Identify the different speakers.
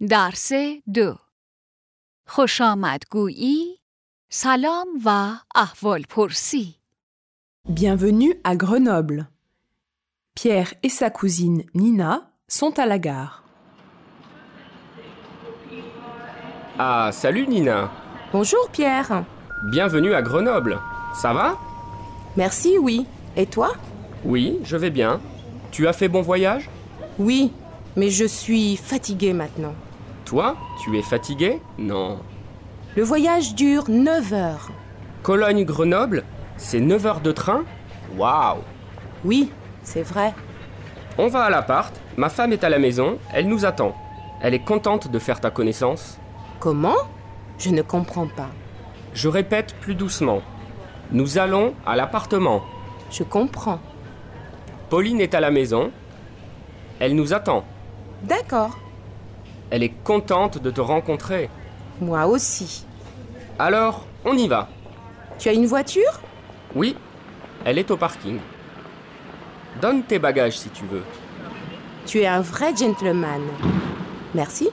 Speaker 1: درس دو خوش آمدگویی سلام و احوال پرسی
Speaker 2: Bienvenue à Grenoble. Pierre et sa cousine Nina sont à la gare.
Speaker 3: Ah, salut Nina.
Speaker 4: Bonjour Pierre.
Speaker 3: Bienvenue à Grenoble. Ça va
Speaker 4: Merci, oui. Et toi
Speaker 3: Oui, je vais bien. Tu as fait bon voyage
Speaker 4: Oui, mais je suis fatiguée maintenant.
Speaker 3: Toi, tu es fatigué Non.
Speaker 4: Le voyage dure 9 heures.
Speaker 3: Cologne-Grenoble, c'est 9 heures de train Waouh
Speaker 4: Oui, c'est vrai.
Speaker 3: On va à l'appart, ma femme est à la maison, elle nous attend. Elle est contente de faire ta connaissance.
Speaker 4: Comment Je ne comprends pas.
Speaker 3: Je répète plus doucement. Nous allons à l'appartement.
Speaker 4: Je comprends.
Speaker 3: Pauline est à la maison, elle nous attend.
Speaker 4: D'accord.
Speaker 3: Elle est contente de te rencontrer.
Speaker 4: Moi aussi.
Speaker 3: Alors, on y va.
Speaker 4: Tu as une voiture
Speaker 3: Oui, elle est au parking. Donne tes bagages si tu veux.
Speaker 4: Tu es un vrai gentleman. Merci.